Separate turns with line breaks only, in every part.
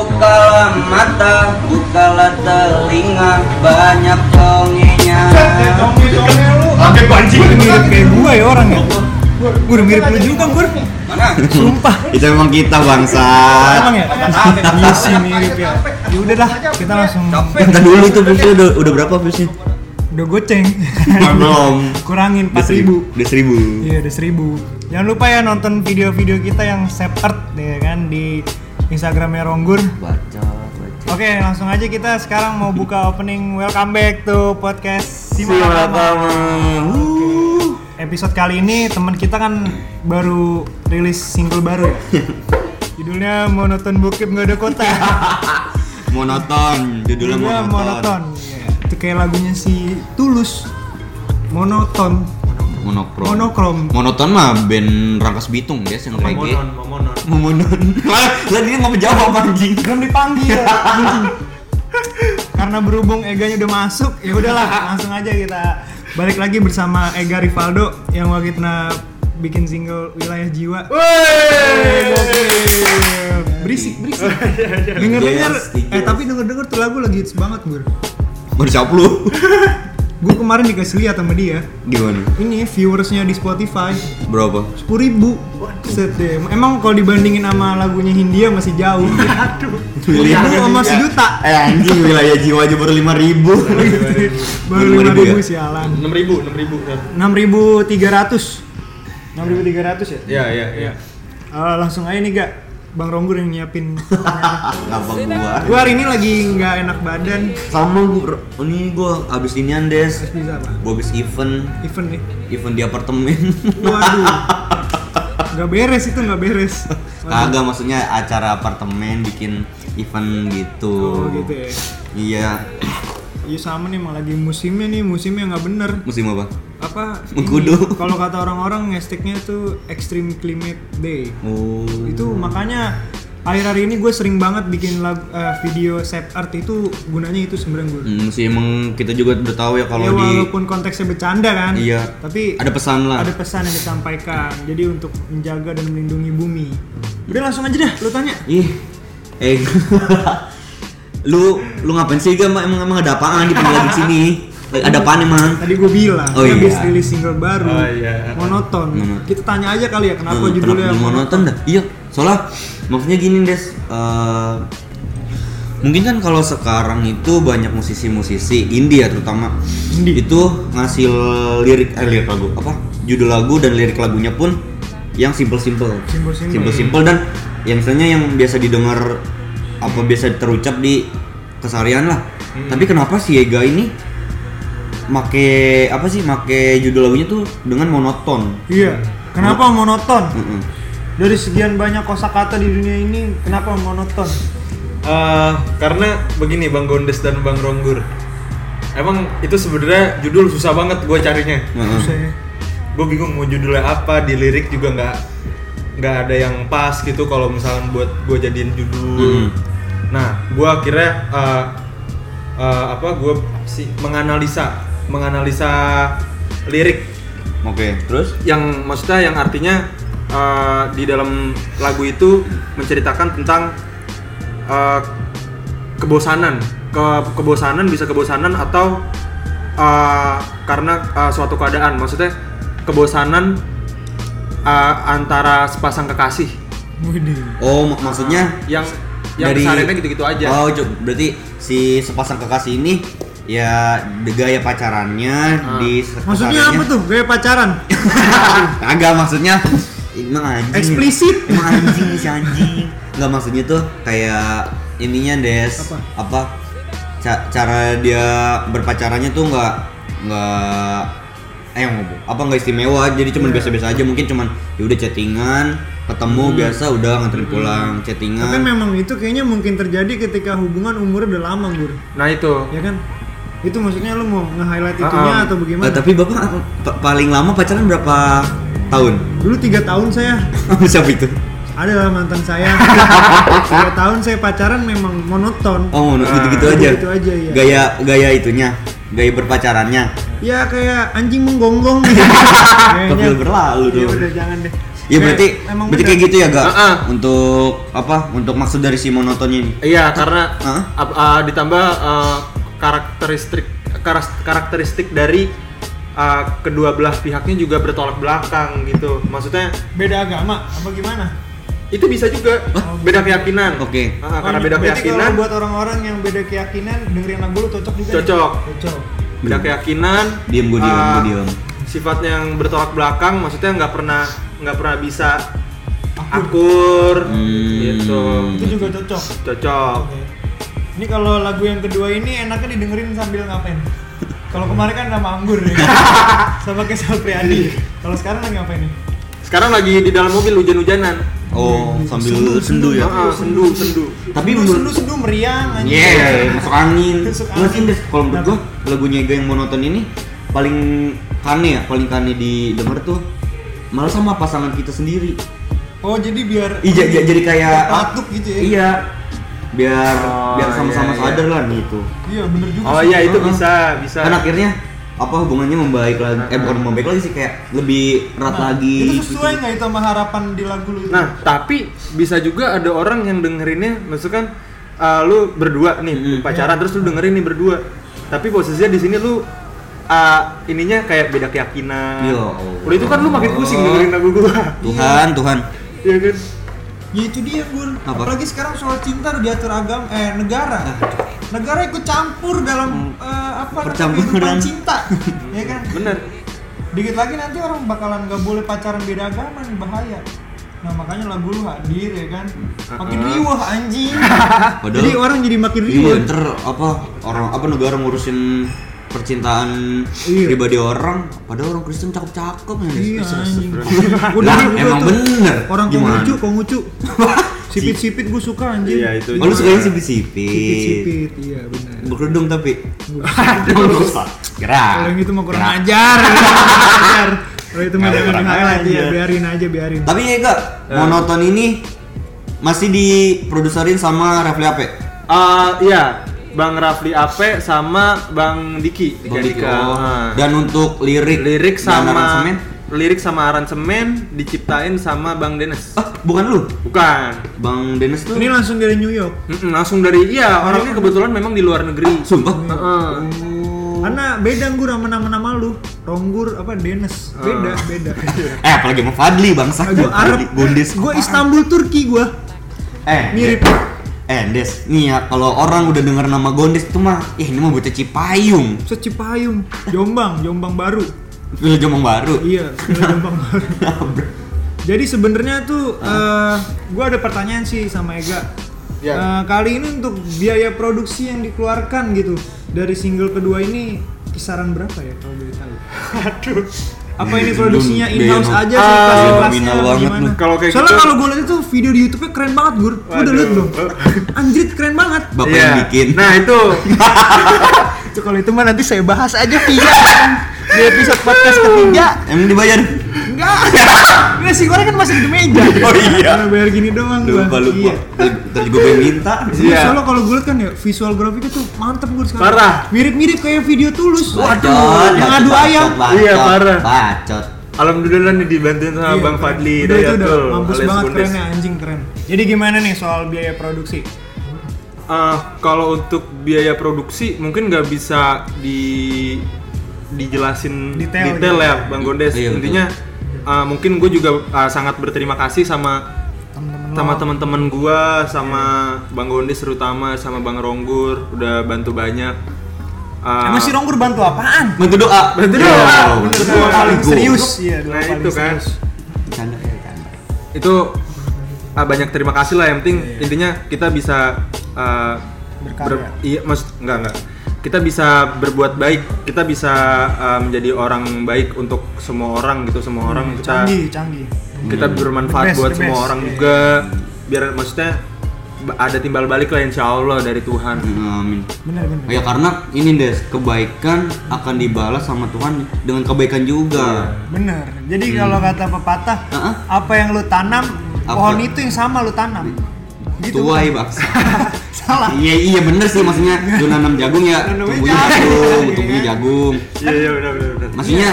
Bukalah mata, bukalah telinga Banyak dongengnya
Pakai pancing
mirip kayak gua ya orang ya Gua udah mirip lu juga Gur
Mana?
Sumpah
Itu emang kita bangsa.
Emang ya? Iya sih mirip ya Ya udah dah kita langsung
Bentar dulu itu viewsnya udah, udah berapa viewsnya?
Udah goceng
Belum.
Kurangin
Udah
4000
seribu. Udah seribu.
Iya udah 1000 Jangan lupa ya nonton video-video kita yang separate ya kan Di Instagramnya Ronggur
Baca, baca.
Oke langsung aja kita sekarang mau buka opening Welcome back to podcast Simalama
Siapa
Episode kali ini teman kita kan baru rilis single baru ya Judulnya Monoton Bukit Nggak Ada Kota
Monoton, judulnya
Judulnya
monoton.
Monoton Iya. Itu kayak lagunya si Tulus Monoton
Monokrom.
Monokrom.
Monoton mah band Rangkas Bitung guys yang reggae.
Momonon, momonon.
Monoton. Lah, lah dia nggak menjawab anjing.
belum dipanggil karena berhubung Eganya udah masuk ya udahlah langsung aja kita balik lagi bersama Ega Rivaldo yang waktu itu pernah bikin single wilayah jiwa berisik berisik denger denger
Yes,
eh tapi denger denger tuh lagu lagi hits banget gue
Baru siap lu.
gue kemarin dikasih lihat sama dia
Gimana?
ini viewersnya di Spotify
Berapa?
sepuluh ribu Set deh. emang kalau dibandingin sama lagunya Hindia masih jauh
Iya.
Wilayah
Lu sama sejuta.
Eh anjing wilayah jiwa aja baru 5000.
baru
Baru
lima ribu
5.000 ya?
sialan
iya, Enam ribu, enam ribu. kan?
6300 6300 ya?
Ya, ya, ya.
Eh, langsung aja nih gak Bang Ronggur yang nyiapin
Ngapa gua?
Gue hari ini lagi nggak enak badan
Sama gua ini gua abis inian Des.
Terus bisa apa?
Gua abis event,
Event nih
event di apartemen.
Waduh Gak beres itu gak beres Waduh.
Kagak maksudnya acara apartemen bikin event gitu.
Oh gitu ya
Iya,
Iya sama nih emang lagi musimnya nih Musimnya nggak bener
musim apa?
Apa ini,
Mengkudu.
Kalau kata orang-orang hashtagnya tuh Extreme Climate Day
Oh.
itu makanya akhir-akhir ini gue sering banget bikin lagu, eh, video set art itu gunanya itu sebenarnya gue
Hmm, sih emang kita juga udah tahu ya
ya
kalau di
walaupun konteksnya bercanda kan
Iya.
tapi
ada pesan lah.
ada pesan yang disampaikan jadi untuk menjaga dan melindungi bumi udah langsung aja dah lu tanya
Ih. Eh. lu lu ngapain sih gak emang emang ada apaan di pengadilan di sini? Ada apaan emang?
tadi gue bilang
Oh
dia
iya.
habis rilis single baru
Oh iya.
monoton
Monoton.
kita tanya aja kali ya kenapa
Hmm,
judulnya
kenapa jadi monoton dah? Iya, soalnya maksudnya gini des. eh, mungkin kan kalau sekarang itu banyak musisi-musisi India terutama
Indie.
itu ngasih lirik eh, lirik lagu apa judul lagu dan lirik lagunya pun yang simple-simple,
Simple-simple.
simple-simple dan yang misalnya yang biasa didengar apa biasa terucap di keseharian lah.
Hmm.
Tapi kenapa si Ega ini make apa sih make judul lagunya tuh dengan monoton?
iya kenapa monoton
Mm-mm.
dari sekian banyak kosakata di dunia ini kenapa monoton
Hmm.
Eh, karena begini Bang Gondes dan Bang Ronggur. Emang itu sebenarnya judul susah banget gue carinya.
Mm-mm.
Susah ya.
gue bingung mau judulnya apa di lirik juga nggak nggak ada yang pas gitu kalau misalnya buat gue jadiin judul
Hmm.
nah gue akhirnya uh, uh, apa gue si menganalisa menganalisa lirik
Oke, terus?
yang maksudnya yang artinya uh, di dalam lagu itu menceritakan tentang uh, kebosanan Ke- kebosanan bisa kebosanan atau uh, karena uh, suatu keadaan maksudnya kebosanan uh, antara sepasang kekasih
Widih.
Oh, mak- maksudnya
yang yang
dari-
kesehariannya gitu-gitu aja
Oh, cu- berarti si sepasang kekasih ini ya de- gaya pacarannya di se-
maksudnya apa
kesehariannya-
tuh gaya pacaran
Hmm. Kagak maksudnya emang anjing.
Eksplisit.
Emang anjing si anjing. Enggak maksudnya tuh kayak ininya Des.
Apa?
Ca- cara dia berpacarannya tuh nggak nggak eh ngomong apa nggak istimewa jadi
Iya.
cuman biasa-biasa aja mungkin cuman ya udah chattingan ketemu biasa udah nganterin pulang chattingan
Hmm. Tapi memang itu kayaknya mungkin terjadi ketika hubungan umurnya udah lama, Gur.
nah itu
Ya kan? Itu maksudnya lu mau nge-highlight
Ah,
itunya
ah.
atau bagaimana?
Eh, tapi bapak pa- paling lama pacaran berapa tahun? gitu.
Dulu tiga tahun saya
Sama siapa itu?
ada lah mantan saya. tiga tahun saya pacaran memang monoton.
Oh, no, gitu-gitu
Ah,
aja.
gitu-gitu aja, iya.
Gaya gaya itunya, gaya berpacarannya.
Ya kayak anjing menggonggong.
Kepil
Ya
berlalu dong.
udah jangan deh.
ya berarti
emang
berarti
beda.
kayak gitu ya gak
Ah, ah.
untuk apa untuk maksud dari si monotonnya ini
Iya, karena
Hah?
ap- ah, ditambah ah, karakteristik karas- karakteristik dari ah, kedua belah pihaknya juga bertolak belakang gitu. Maksudnya
beda agama apa gimana?
Nah,
itu bisa juga beda keyakinan.
Oke.
Oh,
Ah, karena beda
berarti kalau
keyakinan,
buat orang-orang yang beda keyakinan dengerin lagu lu cocok juga. nih?
Cocok.
Cocok.
beda keyakinan.
Diam, gua diam,
ah,
gua diam.
Sifat yang bertolak belakang, maksudnya nggak pernah nggak pernah bisa akur,
Hmm.
gitu.
Itu juga cocok.
Cocok.
Oke. Ini kalau lagu yang kedua ini enaknya didengerin sambil ngapain? Kalau kemarin kan nama anggur ya. Sama kayak Sal
Iya.
Priadi. Kalau sekarang lagi ngapain nih?
Sekarang lagi di dalam mobil hujan-hujanan.
Iya,
oh sambil sendu, ya
Ah, sendu, sendu.
tapi
sendu, sendu,
menurut
sendu meriang anjing.
Yeah, masuk angin.
Masuk angin.
Nggak sih, Des? kalau menurut gua lagunya Ega yang monoton ini paling kane ya, paling kane didengar tuh malah sama pasangan kita sendiri.
Oh, jadi biar
Iya, jadi, jadi kayak
Patuk gitu ya?
Iya. Biar
Oh,
biar sama-sama
iya, iya.
sadar lah nih itu.
Iya, bener juga.
Oh
sih.
iya itu
Heeh.
bisa, bisa.
Kan akhirnya apa hubungannya membaik lagi? Eh bukan membaik lagi sih kayak lebih erat
Nah,
lagi.
Itu sesuai nggak itu sama harapan di lagu lu? itu?
Nah, tapi bisa juga ada orang yang dengerinnya misalkan uh, lu berdua nih
Mm-mm.
pacaran terus lu dengerin nih berdua. Tapi posisinya di sini lu uh, ininya kayak beda keyakinan.
Ya
Iya.
Allah.
Udah itu kan lu makin pusing dengerin lagu gua.
Tuhan, Tuhan.
Iya kan?
Ya itu dia, Gun.
Apa? Nah.
Apalagi sekarang soal cinta udah diatur agama eh negara. Negara ikut campur dalam eh, apa namanya,
Hmm. Percampuran.
kehidupan cinta. ya kan?
Bener.
Dikit lagi nanti orang bakalan nggak boleh pacaran beda agama nih bahaya. Nah makanya lagu lu hadir ya kan. Makin
Uh-uh.
riwah anjing.
Hmm. Padahal-
jadi orang jadi makin riwah.
Iya, ntar apa orang apa negara ngurusin percintaan
Iya.
pribadi orang, padahal orang Kristen cakep-cakep ya.
Iya, anjing.
Lah,
gua
emang
tuh.
bener.
Orang
Gimana?
kongucu, kongucu. Sipit-sipit gue suka anjing.
Iya, itu
Oh, lu
juga.
sukanya sipit-sipit.
Sipit-sipit, iya benar.
Berkerudung tapi.
Aduh.
Gerak.
Kalau yang itu mah kurang
Gerak.
ajar. kurang ajar. Kalau itu mah
Kalau
jangan
kurang
di-highlight ya,
ajar.
biarin aja, biarin.
Tapi ya enggak,
Eh.
monoton ini masih diproduserin sama Rafli Ape.
Ah, iya, Bang Rafli Ape sama Bang Diki. Dika
Bang Diki.
Dika.
Oh.
Ah.
Dan untuk lirik
lirik
dan
sama
aransemen,
lirik sama aransemen diciptain sama Bang Dennis.
ah bukan lu.
Bukan.
Bang Dennis tuh.
Ini langsung dari New York.
Mm-mm, langsung dari iya, orangnya kebetulan memang di luar negeri.
Sumpah.
Heeh.
Karena beda gue sama nama-nama lu. Ronggur apa Dennis. Beda,
Ah.
beda.
Eh apalagi sama Fadli bangsa.
Gue Arab,
Fadli, Gondes.
gue Istanbul Turki gue.
Eh,
Mirip.
Eh, Des, nih ya kalau orang udah denger nama Gondes tuh mah, ih ini mah bocah Cipayung.
Secipayung, Jombang, Jombang baru.
Film Jombang baru.
Iya, sebenarnya Jombang baru. Jadi sebenarnya tuh eh, gua ada pertanyaan sih sama Ega.
Ya.
Eh, kali ini untuk biaya produksi yang dikeluarkan gitu dari single kedua ini kisaran berapa ya kalau boleh tahu? Aduh. Apa ini
Biaya-
produksinya
biaya
in-house
no-
aja
Ah,
sih kelas
nominal banget lu.
Kalau kayak
Soalnya
gitu-
kalau gue lihat itu video di YouTube-nya keren banget, Gur. Gua udah
Waduh.
lihat belum? Anjir, keren banget.
Bapak
Iya.
yang bikin.
Nah, itu
Itu kalau itu mah nanti saya bahas aja via di episode podcast ketiga.
Emang dibayar?
Enggak. Nasi goreng kan masih di meja.
Oh, iya.
Karena bayar gini doang gua.
Lupa lupa.
Iya.
Tadi gue pengen minta.
Iya.
Soalnya kalau gue liat kan ya visual grafiknya tuh mantep gue sekarang.
Parah.
Mirip-mirip kayak video tulus.
Bacot,
yang
bacot,
adu
bacot,
ayam.
bacot,
Iya, parah.
Bacot.
alhamdulillah nih dibantuin sama
Iya,
Bang
keren.
Fadli
udah, itu udah
Dayatul,
mampus
alias
banget
Bundes.
kerennya anjing keren. Jadi gimana nih soal biaya produksi?
Eh, kalau untuk biaya produksi mungkin nggak bisa di dijelasin
Detail
detail,
gitu.
ya Bang Gondes.
Iya, betul.
Intinya eh, mungkin gue juga eh, sangat berterima kasih sama
Temen-temen
sama
lo. Iya.
teman-teman gua sama Bang Gondes terutama sama Bang Ronggur udah bantu banyak. Eh,
Emang si Ronggur bantu apaan?
Bantu doa. Iya,
Bantu doa.
Wow.
Bener,
Bantu
dua
doa.
Oh, kali
Go.
serius. Iya, dua
Nah,
kali
itu kan.
serius.
Bercanda, ya, bercanda.
itu ah, banyak terima kasih lah yang penting intinya kita bisa ah,
Iya, Berkarya.
iya mas enggak enggak kita bisa berbuat baik kita bisa ah, menjadi orang baik untuk semua orang gitu semua orang kita
Hmm, Canggih, canggih.
kita
The
bermanfaat
best,
buat
the
semua
best.
orang
Iya.
juga biar maksudnya ba- ada timbal balik lah insya Allah dari Tuhan
Amin.
Bener, bener.
Iya.
Ya karena ini Des, kebaikan akan dibalas sama Tuhan dengan kebaikan juga.
Bener. Jadi
Hmm.
kalau kata pepatah,
Heeh.
apa yang lu tanam,
Apa?
pohon itu yang sama lu
Iya.
tanam. Gitu.
Tuai,
bukan?
Bang.
Salah.
ya, Iya iya bener sih maksudnya lu nanam jagung ya
Nanamnya
tumbuhnya
jagung,
jagung,
iya
tumbuhnya
kan?
jagung.
iya iya benar benar
Maksudnya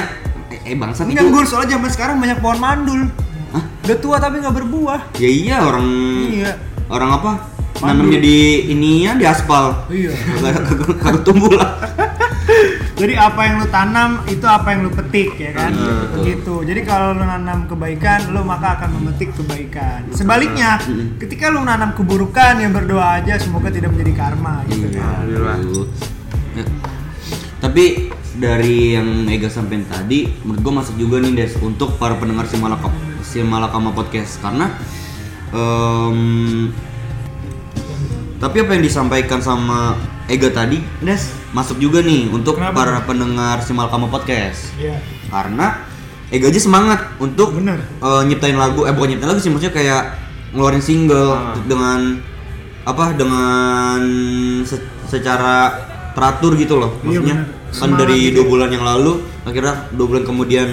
eh, eh bangsa
Enggak
Iya.
itu.
gue soalnya zaman sekarang banyak pohon mandul.
Hah?
Udah tua tapi nggak berbuah.
Ya iya orang
Iya.
orang apa?
Pandu.
Namanya di ininya di aspal.
Iya.
Kagak kagak- kagak tumbuh lah.
Jadi apa yang lu tanam itu apa yang lu petik ya kan?
Iya, betul.
Begitu. Jadi kalau lu nanam kebaikan, lu maka akan memetik kebaikan. Sebaliknya,
Mm-mm.
ketika lu nanam keburukan ya berdoa aja semoga tidak menjadi karma gitu
Iya,
kan.
Alhamdulillah.
aduh. Ya. Tapi dari yang Mega sampein tadi, menurut gue masuk juga nih Des untuk para pendengar si Malakama Podcast karena em, tapi apa yang disampaikan sama Ega tadi, Des, masuk juga nih untuk
Kenapa?
para pendengar si Malakama Podcast
Iya.
karena Ega aja semangat untuk
Bener.
eh, nyiptain lagu eh bukan nyiptain lagu sih maksudnya kayak ngeluarin single
Ah.
dengan apa dengan se- secara teratur gitu loh
Iya,
maksudnya
bener.
kan
Semangat
dari
gitu
dua
ya.
bulan yang lalu akhirnya dua bulan kemudian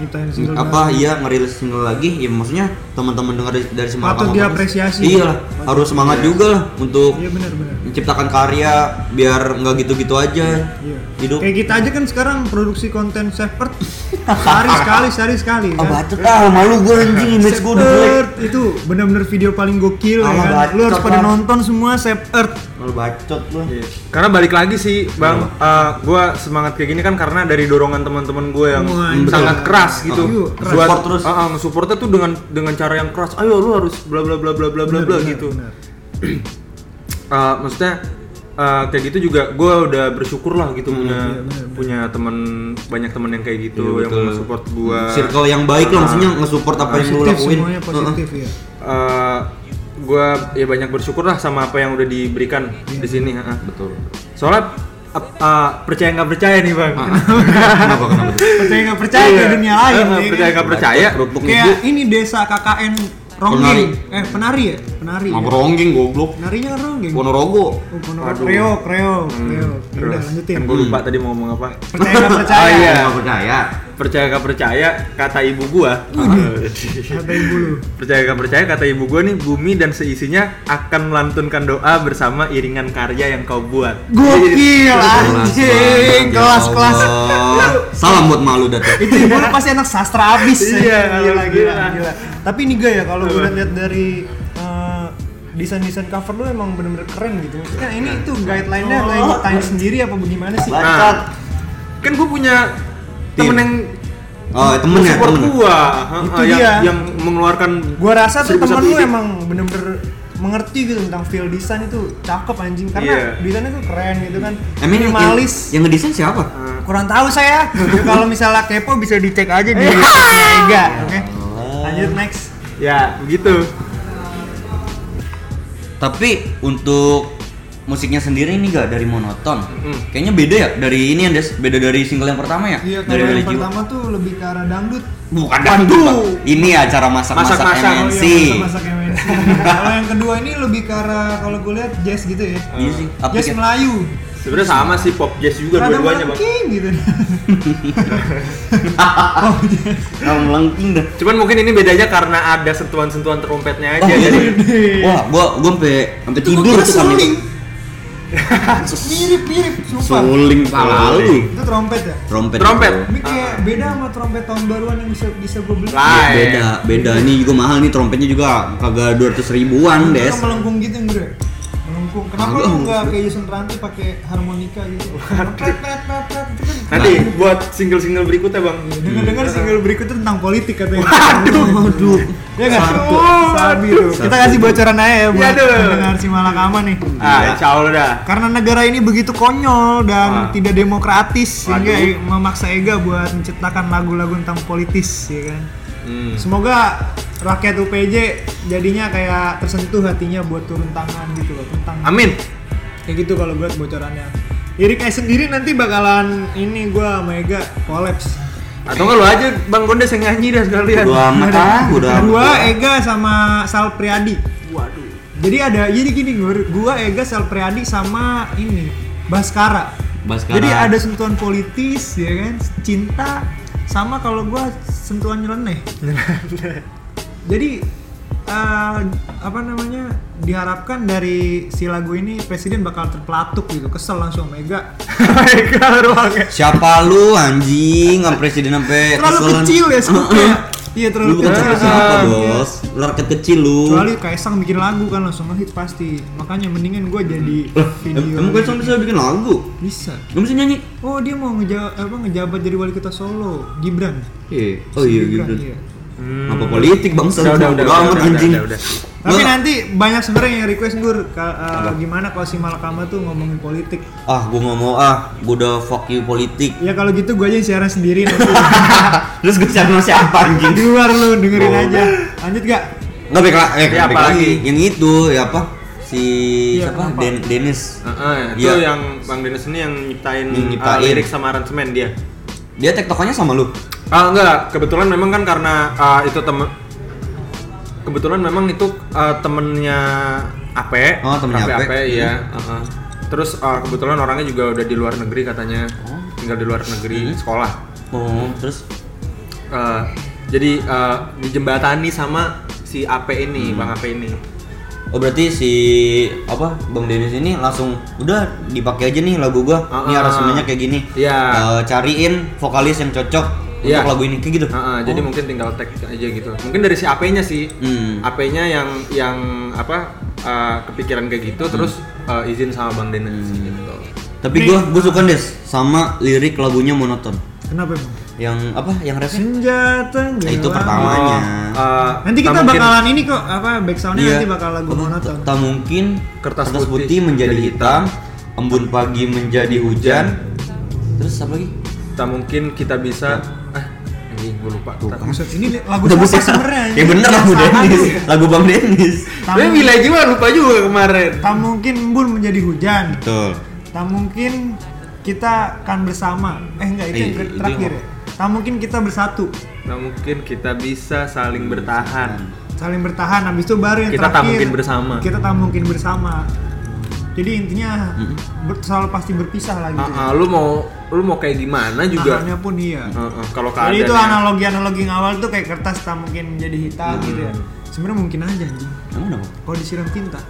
Nyiptain single
apa
baru.
iya ngerilis single lagi ya maksudnya teman-teman dengar dari, dari Semangat
Patut
Mama Podcast,
diapresiasi.
iya lah harus semangat juga lah untuk
Iya benar benar.
menciptakan karya biar nggak gitu-gitu aja
Iya.
hidup
Kayak kita aja kan sekarang produksi konten Shepard sehari sekali, sehari sekali
Ah,
kan.
bacot ah malu gue anjing image gue udah jelek.
Shepard itu benar-benar video paling gokil ya
Alah,
kan. Lu
bacot
harus pada
lah.
nonton semua Shepard.
Malu bacot lu.
Iya. Karena balik lagi sih, Bang,
Iya.
eh, gua semangat kayak gini kan karena dari dorongan teman-teman gue yang
Wah,
betul.
sangat keras gitu.
Iya,
keras.
Buat
Mm, Ah, Support terus.
Ah, ah, nge-supportnya tuh dengan dengan cara yang keras. Ayo lu harus bla bla bla bla bla bla bla gitu.
benar.
Eh, maksudnya eh, kayak gitu juga gue udah bersyukur lah
Mm,
gitu punya punya teman banyak teman yang kayak gitu
Iya,
yang Nah.
betul. Mm,
mau support gue
Circle ya. yang baik lah maksudnya nge-support apa yang lu
Positif
lakuin.
semuanya positif ya.
gue Ah, ya banyak bersyukur lah sama apa yang udah diberikan
Iya,
di sini ah, ah.
Betul.
soalnya ap- ah, percaya nggak percaya nih bang
Ah, Kenapa kenapa?
percaya nggak percaya
ah. Iya.
kayak dunia lain
Ah, ah,
ya kan?
percaya nggak percaya
Kerupuk
kayak ini desa KKN
Penari.
Ronggeng eh penari ya penari ya?
Nongkronging goblok.
penarinya kan Ronggeng
Ponorogo.
Oh, Ponorogo.
Waduh.
Kreo, Kreo, Kreo. Ya Udah
terus
lanjutin.
kan gue lupa tadi mau ngomong apa
Percaya nggak percaya?
Oh, iya.
Ah, Nggak percaya.
percaya nggak percaya kata ibu gue
Kata ibu lu.
Percaya gak percaya kata ibu gue nih bumi dan seisinya akan melantunkan doa bersama iringan karya yang kau buat.
Gokil
Kelas banget,
anjing,
ya
kelas-kelas.
Allah. Salam buat malu datang.
Itu ibu lu pasti anak sastra abis ya.
Iya,
gila, gila,
alhamdulillah.
gila. Tapi nih gue ya kalau gue lihat dari eh, desain-desain cover lu emang bener-bener keren gitu. Maksudnya ini itu guideline-nya lo yang tanya sendiri apa bagaimana sih?
Bacot.
Nah, kan gue punya temen
Tim.
yang
Oh, temen ya,
support
temen.
gue,
Itu
yang,
dia.
yang mengeluarkan.
gua rasa tuh
seribu
temen
satu
lu
ide.
emang bener-bener mengerti gitu tentang feel design itu cakep anjing karena
Iya.
desainnya tuh keren gitu kan
Emang yang, yang,
minimalis
yang ngedesain siapa?
kurang tahu saya Ya, kalau misalnya kepo bisa Ya, dicek aja di Mega oke lanjut next
Ya, begitu.
Tapi untuk musiknya sendiri ini gak dari monoton.
Mm.
Kayaknya beda ya dari ini yang Des, beda dari single yang pertama ya?
iya
dari
kalau yang
Jiwa.
pertama tuh lebih ke arah dangdut
Bukan dangdut. Pak. Ini acara masak-masak
Masak-masak.
Oh,
MNC.
iya, masak-masak MNC. kalau yang kedua ini lebih ke arah kalau gue lihat jazz gitu ya
Iya sih. Apa
jazz
sih?
Melayu
Sebenarnya sama sih pop jazz juga
Rada
Iya, dua-duanya bang.
melengking gitu
Nah, melengking dah.
Cuman mungkin ini bedanya karena ada sentuhan-sentuhan trompetnya aja.
Oh, iya.
jadi
Wah, gua gua sampai sampai
Itu gua
tidur
kira
tuh kan kami.
suling. mirip-mirip sumpah
Suling
Suling.
itu trompet ya
Trompet.
Trompet.
bro.
Ini kayak beda sama trompet tahun baruan yang bisa bisa gue beli.
Lah, Lain.
Iya, Beda, beda nih juga mahal nih trompetnya juga kagak 200
Itu
ribuan, Des.
kan melengkung gitu yang gue. Melengkung. Kenapa
Kagak,
lu nggak
Bro.
kayak Jason Ranti pakai harmonika gitu? Pret pret pret pret itu kan.
nanti buat single-single berikutnya bang.
Dengar-dengar single berikutnya tentang politik katanya.
Waduh.
Iya
Ya nggak?
Satu.
Sabi lu. Kita kasih bocoran aja ya buat
Yaduh.
pendengar si Malakama nih.
Iya,
Iya.
Ah, insya Allah dah.
Karena negara ini begitu konyol dan
Ah.
tidak demokratis sehingga
Waduh.
memaksa Ega buat menciptakan lagu-lagu tentang politis ya kan.
Hmm.
Semoga rakyat UPJ jadinya kayak tersentuh hatinya buat turun tangan gitu loh tentang
Amin.
kayak gitu kalau buat bocorannya. Irik Eyes sendiri nanti bakalan ini gua sama Ega collapse.
Atau nggak lu aja Bang Gondes yang nyanyi dah
ya.
sekalian.
Udah amat ah, udah amat.
Gua Ega sama Sal Priadi. Waduh. Jadi ada jadi gini Gur. gua Ega Sal Priadi sama ini Baskara.
Baskara.
Jadi ada sentuhan politis ya kan, cinta sama kalau gua sentuhan nyeleneh. Jadi eh, apa namanya diharapkan dari si lagu ini presiden bakal terpelatuk gitu kesel langsung mega mega ruangnya
Siapa lu anjing? Nggak presiden sampai
terlalu
keselan.
kecil ya scoopnya Iya terlalu
Lu bukan
kecil.
siapa siapa
Iya.
bos, lu rakyat kecil lu.
Kecuali Kaisang bikin lagu kan langsung ngehit pasti. Makanya mendingan gua jadi
Lah, em-
video.
Emang gue bisa bikin lagu?
bisa.
Gak bisa nyanyi?
Oh dia mau ngeja apa ngejabat jadi wali kota Solo, Gibran.
Iya. Oh iya
Gibran,
gitu.
iya.
Hmm.
Apa politik bangsa?
Udah, udah, udah,
Bodo amat,
udah, udah,
anjing.
udah, udah.
Tapi
Nggak.
nanti banyak sebenarnya yang request gur ka- eh, gimana kalau si Malakama tuh ngomongin politik.
Ah, gue nggak mau ah, gue udah fuck you politik.
Ya kalau gitu gua aja yang siaran sendiri nanti.
Terus gue sama siapa anjing?
di luar lu dengerin
Oh.
aja. Lanjut gak?
Nggak baik lah, eh,
Ya,
baik
apa
lagi.
lagi?
Yang itu ya apa? Si
Iya,
siapa?
kenapa?
Den Dennis.
Heeh,
Iya.
itu yang Bang Dennis ini yang nyiptain,
Yang nyiptain.
uh, lirik sama aransemen dia.
Dia tektokannya sama lu.
Ah enggak, kebetulan memang kan karena ah, itu temen kebetulan memang itu ah, temennya Ape.
Oh, temennya
Ape.
Ape. Hmm.
iya. heeh. Terus ah, kebetulan orangnya juga udah di luar negeri katanya. Tinggal di luar
Hmm.
negeri, sekolah.
Oh, terus
Eh, jadi eh, dijembatani sama si Ape
Hmm.
ini, Bang Ape ini.
Oh berarti si apa Bang Dennis ini langsung udah dipakai aja nih lagu gua.
Ah,
Ini
ah.
aransemennya kayak gini.
Iya.
Eh, cariin vokalis yang cocok
Iya.
untuk lagu ini kayak gitu.
Heeh, jadi
Oh.
mungkin tinggal tag aja gitu. Mungkin dari si AP-nya sih.
Hmm.
AP-nya yang yang apa eh, kepikiran kayak
Hmm.
gitu terus eh, izin sama Bang Dennis gitu.
Tapi gua gua suka Des sama lirik lagunya monoton.
Kenapa emang?
Yang apa? Yang refnya?
Senja tenggelam.
Nah, Itu pertama. Namanya.
eh,
Nanti kita
tak mungkin
bakalan ini kok apa back soundnya
Iya.
nanti bakal lagu
Apa?
monoton.
Tak mungkin
Kertas
kertas,
putih
putih, menjadi
jadi
hitam, embun pagi menjadi hujan. Terus apa lagi?
tak mungkin kita bisa
Ya.
eh anjing gue lupa.
Tuh,
Ntar.
kan.
Buset, ini lagu
Udah
siapa
buset.
sebenarnya?
Ya bener lagu
Salah
Dennis,
lu.
lagu Bang Dennis.
Tak
Gue
mungkin-
bilang Eh, juga lupa juga kemarin.
Tak mungkin embun menjadi hujan.
Betul.
Tak mungkin kita kan bersama. Eh enggak itu
Eh,
yang
itu
terakhir
yang-
ya. Tak mungkin kita bersatu,
Tak mungkin kita bisa saling bertahan.
saling bertahan. Habis itu baru yang
Kita tak
terakhir.
mungkin bersama.
Kita tak mungkin bersama. Jadi intinya
Mm-mm.
ber- selalu pasti berpisah
Hmm.
lah gitu.
Ah, ah, lu mau lu mau kayak gimana juga.
Tahannya pun iya.
Ah, ah, Kalau
Jadi
keadaannya
itu analogi-analogi yang awal tuh kayak kertas tak mungkin menjadi hitam gitu ya. Sebenarnya mungkin aja anjing.
Kamu kenapa?
Kalau disiram tinta.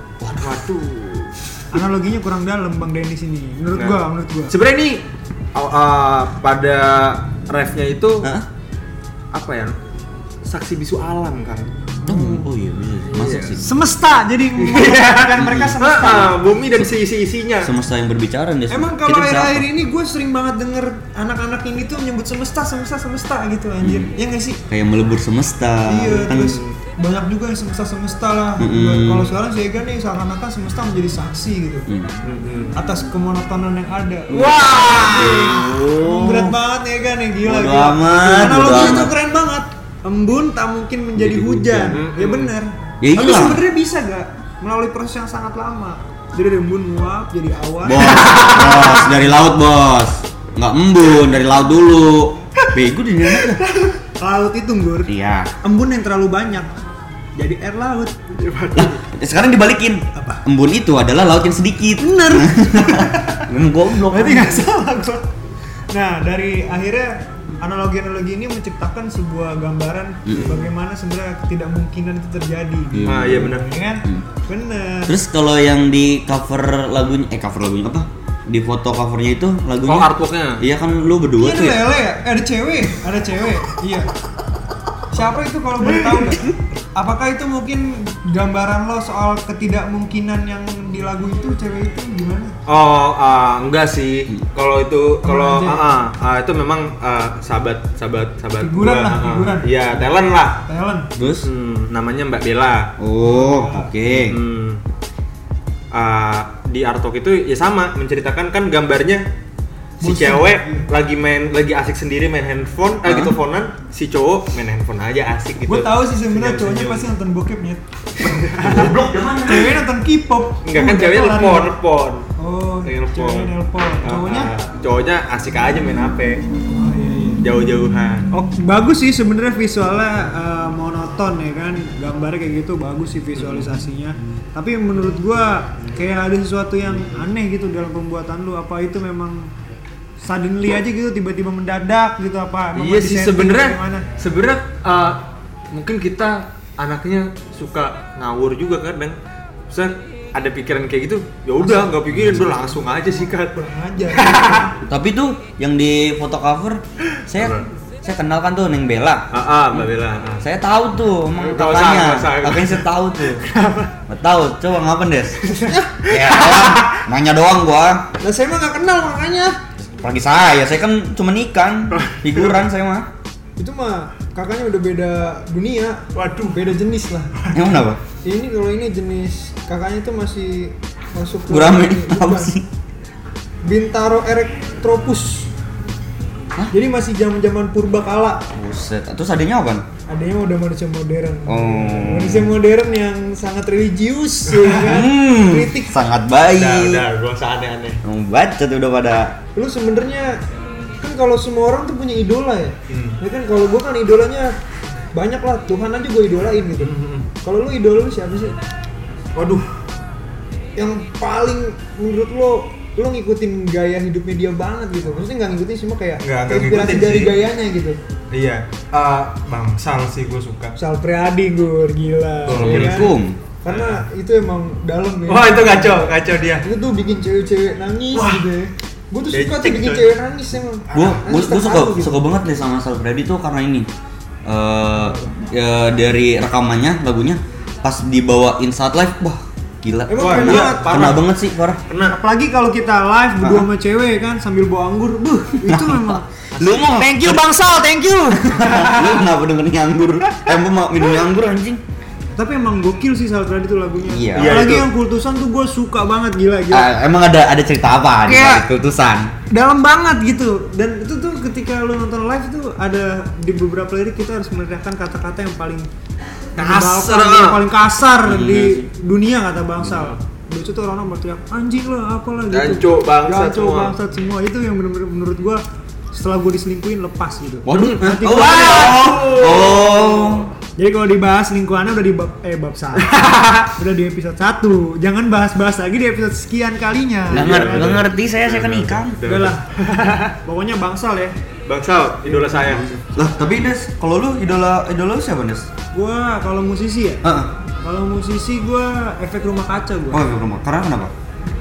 Waduh.
Analoginya kurang dalam Bang Dennis ini. Menurut
Nah.
gua, menurut gua.
sebenarnya ini uh, uh, pada refnya itu
Hah?
apa ya saksi bisu alam kan
Hmm. Oh iya bisa sih. Masuk
Iya.
sih.
Semesta jadi dan mereka
Iya.
semesta.
Ah, ah, bumi dan isi isinya
Semesta yang berbicara nih.
Emang kalau akhir-akhir ini gue sering banget denger anak-anak ini tuh menyebut semesta, semesta, semesta
Hmm.
gitu anjir. Ya nggak sih?
kayak melebur semesta.
iya,
Kan-
terus banyak juga yang semesta-semesta lah.
Mm-mm.
Kalau sekarang sih kan nih seakan-akan semesta menjadi saksi gitu.
Hmm.
Mm-mm.
Atas kemonotonan yang ada.
wah
Ah, Berat banget ya kan yang gila.
Bodo
gila.
amat,
Analoginya
bodo
tuh
amat.
keren banget. Embun tak mungkin menjadi
Jadi
hujan.
hujan.
Ya benar. Tapi
Ya iyalah.
sebenarnya bisa gak melalui proses yang sangat lama. Jadi dari embun nguap jadi awan.
Bos, bos dari laut bos. Nggak embun dari laut dulu. Bego di mana?
Laut itu nggur.
Iya.
Embun yang terlalu banyak jadi air laut.
Iya, Sekarang dibalikin.
Apa?
Embun itu adalah laut yang sedikit.
Bener.
Memang goblok.
Berarti nggak salah gua. Nah dari akhirnya analogi-analogi ini menciptakan sebuah gambaran
Mm.
bagaimana sebenarnya ketidakmungkinan itu terjadi.
Iya.
ah iya benar
Ya kan?
Mm.
Bener.
Terus kalau yang di cover lagunya, eh cover lagunya apa? Di foto covernya itu lagunya.
oh artworknya
Iya kan lu berdua
Iya ada
tuh ya.
lele ya? Eh, Ada cewek, ada cewek. Iya. Siapa itu kalau boleh tahu? nggak? Apakah itu mungkin gambaran lo soal ketidakmungkinan yang di lagu itu cewek itu gimana?
Oh, ah, enggak sih. Kalau itu kalau
aja.
ah, ah, ah, itu memang ah, sahabat sahabat sahabat
Figuran lah,
ah, ah.
figuran.
Iya, talent lah.
Talent.
Terus?
Hmm, namanya Mbak Bella.
Oh, oke.
Hmm. Ah, di Artok itu ya sama menceritakan kan gambarnya si
Bosan,
cewek
iya.
lagi main lagi asik sendiri main handphone eh,
Hah?
gitu fonan si cowok main handphone aja asik gitu
Gue tahu sih sebenarnya cowoknya pasti nonton bokepnya. Cewek nonton K-pop.
enggak kan
Udah
ceweknya
kelar.
telepon telepon
Oh,
Telepon.
ceweknya nelpon.
Ah,
Cowoknya?
ah, cowoknya asik aja main
Oh
HP
iya iya.
jauh-jauhan
Oke, bagus sih sebenarnya visualnya eh, monoton ya kan. Gambarnya kayak gitu bagus sih visualisasinya. Tapi menurut gua kayak ada sesuatu yang aneh gitu dalam pembuatan lu. Apa itu memang suddenly aja gitu tiba-tiba mendadak gitu apa? Emang
iya
di
sih
setting
sebenarnya
atau gimana?
sebenarnya uh, mungkin kita anaknya suka ngawur juga kadang Misalnya ada pikiran kayak gitu ya udah nggak pikirin udah langsung aja sih kan
Kurang aja.
Tapi tuh yang di foto cover saya saya kenal kan tuh Neng Bella.
Ah, ah, Mbak Bella. ah.
Saya tahu tuh, emang
Nggak usah,
kakaknya.
nggak usah.
Kakaknya saya tahu tuh. Nggak tahu, coba ngapain des? ya, elah, nanya doang gua.
Lah saya mah nggak kenal makanya.
Apalagi saya, saya kan cuma ikan, figuran saya mah.
Itu mah kakaknya udah beda dunia. Waduh, beda jenis lah.
Emang apa?
Ini kalau ini jenis kakaknya itu masih masuk ke-
Gurame,
ini,
apa
bukan.
sih?
Bintaro Erectropus.
Hah?
Jadi masih zaman-zaman purba kala.
Buset, terus adanya apa?
Adanya udah manusia modern.
Oh.
Manusia modern yang sangat religius, ya kan?
Hmm,
Kritik.
sangat
Udah, udah,
baik.
gua usah aneh-aneh.
Baca tuh udah pada
Lu sebenarnya kan kalau semua orang tuh punya idola ya.
Hmm.
Ya kan kalau gua kan idolanya banyak lah Tuhan aja gue idolain gitu.
Hmm.
Kalau lu idola lu siapa sih?
Waduh,
Yang paling menurut lo lo ngikutin gaya hidupnya dia banget gitu. Maksudnya nggak ngikutin cuma kayak
Nggak- nggak
inspirasi
ngikutin
dari
sih.
gayanya gitu.
iya. Ah, bangsal sih gua suka.
Sal Priadi gur gila. ya kan?
Assalamualaikum.
Karena itu emang dalam ya.
Wah, itu kacau, kacau dia.
itu tuh bikin cewek-cewek nangis gitu ya gue tuh suka tuh
Becek,
bikin
coy.
cewek nangis emang
gue gue
Nangis
suka
terharu gitu.
suka banget nih sama Sal Freddy tuh karena ini Eh, ya, dari rekamannya lagunya pas dibawain saat live wah gila
Emang
Wah,
keren
gila,
banget.
parah.
parah.
banget sih parah
Kena.
apalagi kalau kita live berdua
Hah?
sama cewek kan sambil bawa anggur buh itu memang
lu mau
thank you bang Sal thank you
lu kenapa dengerin nganggur emang mau minum nganggur anjing
tapi emang gokil sih Sal Pradi tuh lagunya
Iya.
apalagi
Iya, itu.
yang kultusan tuh gue suka banget gila gila
Ah, emang ada ada cerita apa di
Kayak-
balik kultusan
dalam banget gitu dan itu tuh ketika lu nonton live tuh ada di beberapa lirik kita harus meneriakkan kata-kata yang paling
Kasar. Ah.
menyebalkan, yang paling kasar
Iya
di
sih.
dunia kata bangsal lucu tuh orang-orang berteriak anjing lah apalah gitu
Jancu, bangsat
Jancu,
semua."
bangsat semua itu yang bener-bener menurut gua setelah gua diselingkuhin lepas gitu
waduh hah?
Nanti
oh,
gua-
oh.
jadi kalau dibahas lingkungannya udah di bab eh bab satu udah di episode 1 jangan bahas-bahas lagi di episode sekian kalinya
Nggak
Iya,
ngerti,
udah.
nggak ngerti saya, saya kan
Udah,
ikan.
udah,
udah
udah.
lah pokoknya bangsal ya
Bangsal, idola saya.
lah tapi Des kalau lu idola idola lu siapa Des
gua kalau musisi ya
Ah,
Kalau musisi gua efek rumah kaca
ah. oh
gua.
rumah karena kenapa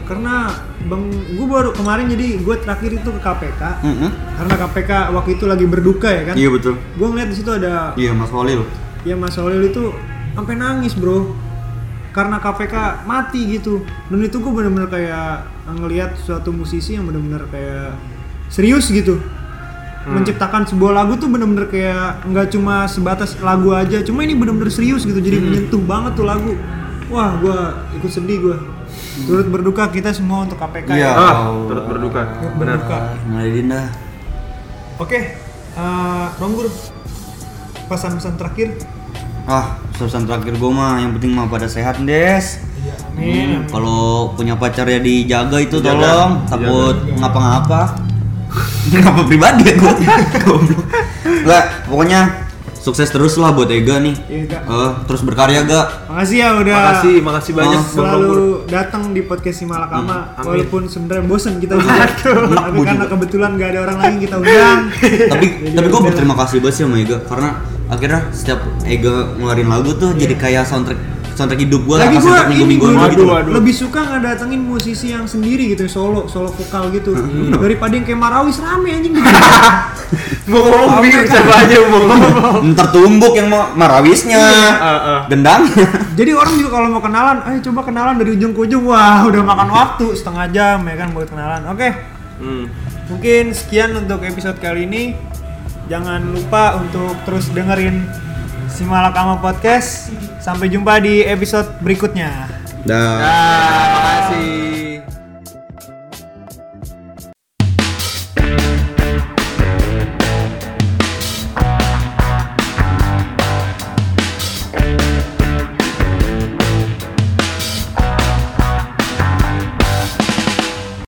Karena bang gua baru kemarin jadi gua terakhir itu ke KPK.
Mm-mm.
Karena KPK waktu itu lagi berduka ya kan.
iya betul
Gua ngeliat di situ ada
iya Mas Walil
ya Mas Holil itu sampai nangis, Bro. Karena KPK mati gitu. Dan itu gua bener-bener kayak ngelihat suatu musisi yang bener-bener kayak serius gitu. menciptakan sebuah lagu tuh bener-bener kayak nggak cuma sebatas lagu aja cuma ini bener-bener serius gitu jadi menyentuh banget tuh lagu wah gua ikut sedih gua turut berduka kita semua untuk KPK
Iya.
ya.
Ah,
Allah.
turut berduka.
Turut
Benar.
berduka.
mulai Dinda
oke eh, Bang Gur pesan-pesan terakhir
Ah, pesan terakhir gue mah yang penting mah pada sehat, Des.
amin
Kalau punya pacar ya dijaga itu
Dijaga.
tolong, takut ngapa-ngapa. Ngapa pribadi ya gue? Goblok. Lah, pokoknya sukses terus lah buat Ega nih.
Iya, Ga.
Eh, terus berkarya, Ga.
makasih ya udah
Makasih, makasih banyak
Oh,
Bang Rompur.
selalu datang di podcast Simalakama
Hmm, amin.
walaupun sebenarnya bosen kita juga tapi
Enak
karena
juga.
kebetulan nggak ada orang lain kita undang
tapi
Jadi
tapi gue
udah.
berterima kasih banget sih sama Ega karena akhirnya setiap Ega ngeluarin lagu tuh jadi kayak soundtrack soundtrack hidup gue
Iya.
lah
lagi iya. gue
pas setiap
ini gue
minggu-minggu gitu.
Waduh, waduh.
lebih suka ngedatengin musisi yang sendiri gitu solo solo vokal gitu
Hmm,
daripada yang kayak Marawis rame anjing
Mau ngomong
Apa
bingung
kan?
siapa aja mau ngomong.
Ntar tumbuk yang mau marawisnya,
Iya.
Ah, ah.
dendangnya.
jadi orang juga kalau mau kenalan ayo coba kenalan dari ujung ke ujung wah udah makan waktu setengah jam ya kan buat kenalan oke
Hmm.
mungkin sekian untuk episode kali ini jangan lupa untuk terus dengerin Simalakama Podcast sampai jumpa di episode berikutnya
Dah.
Ah.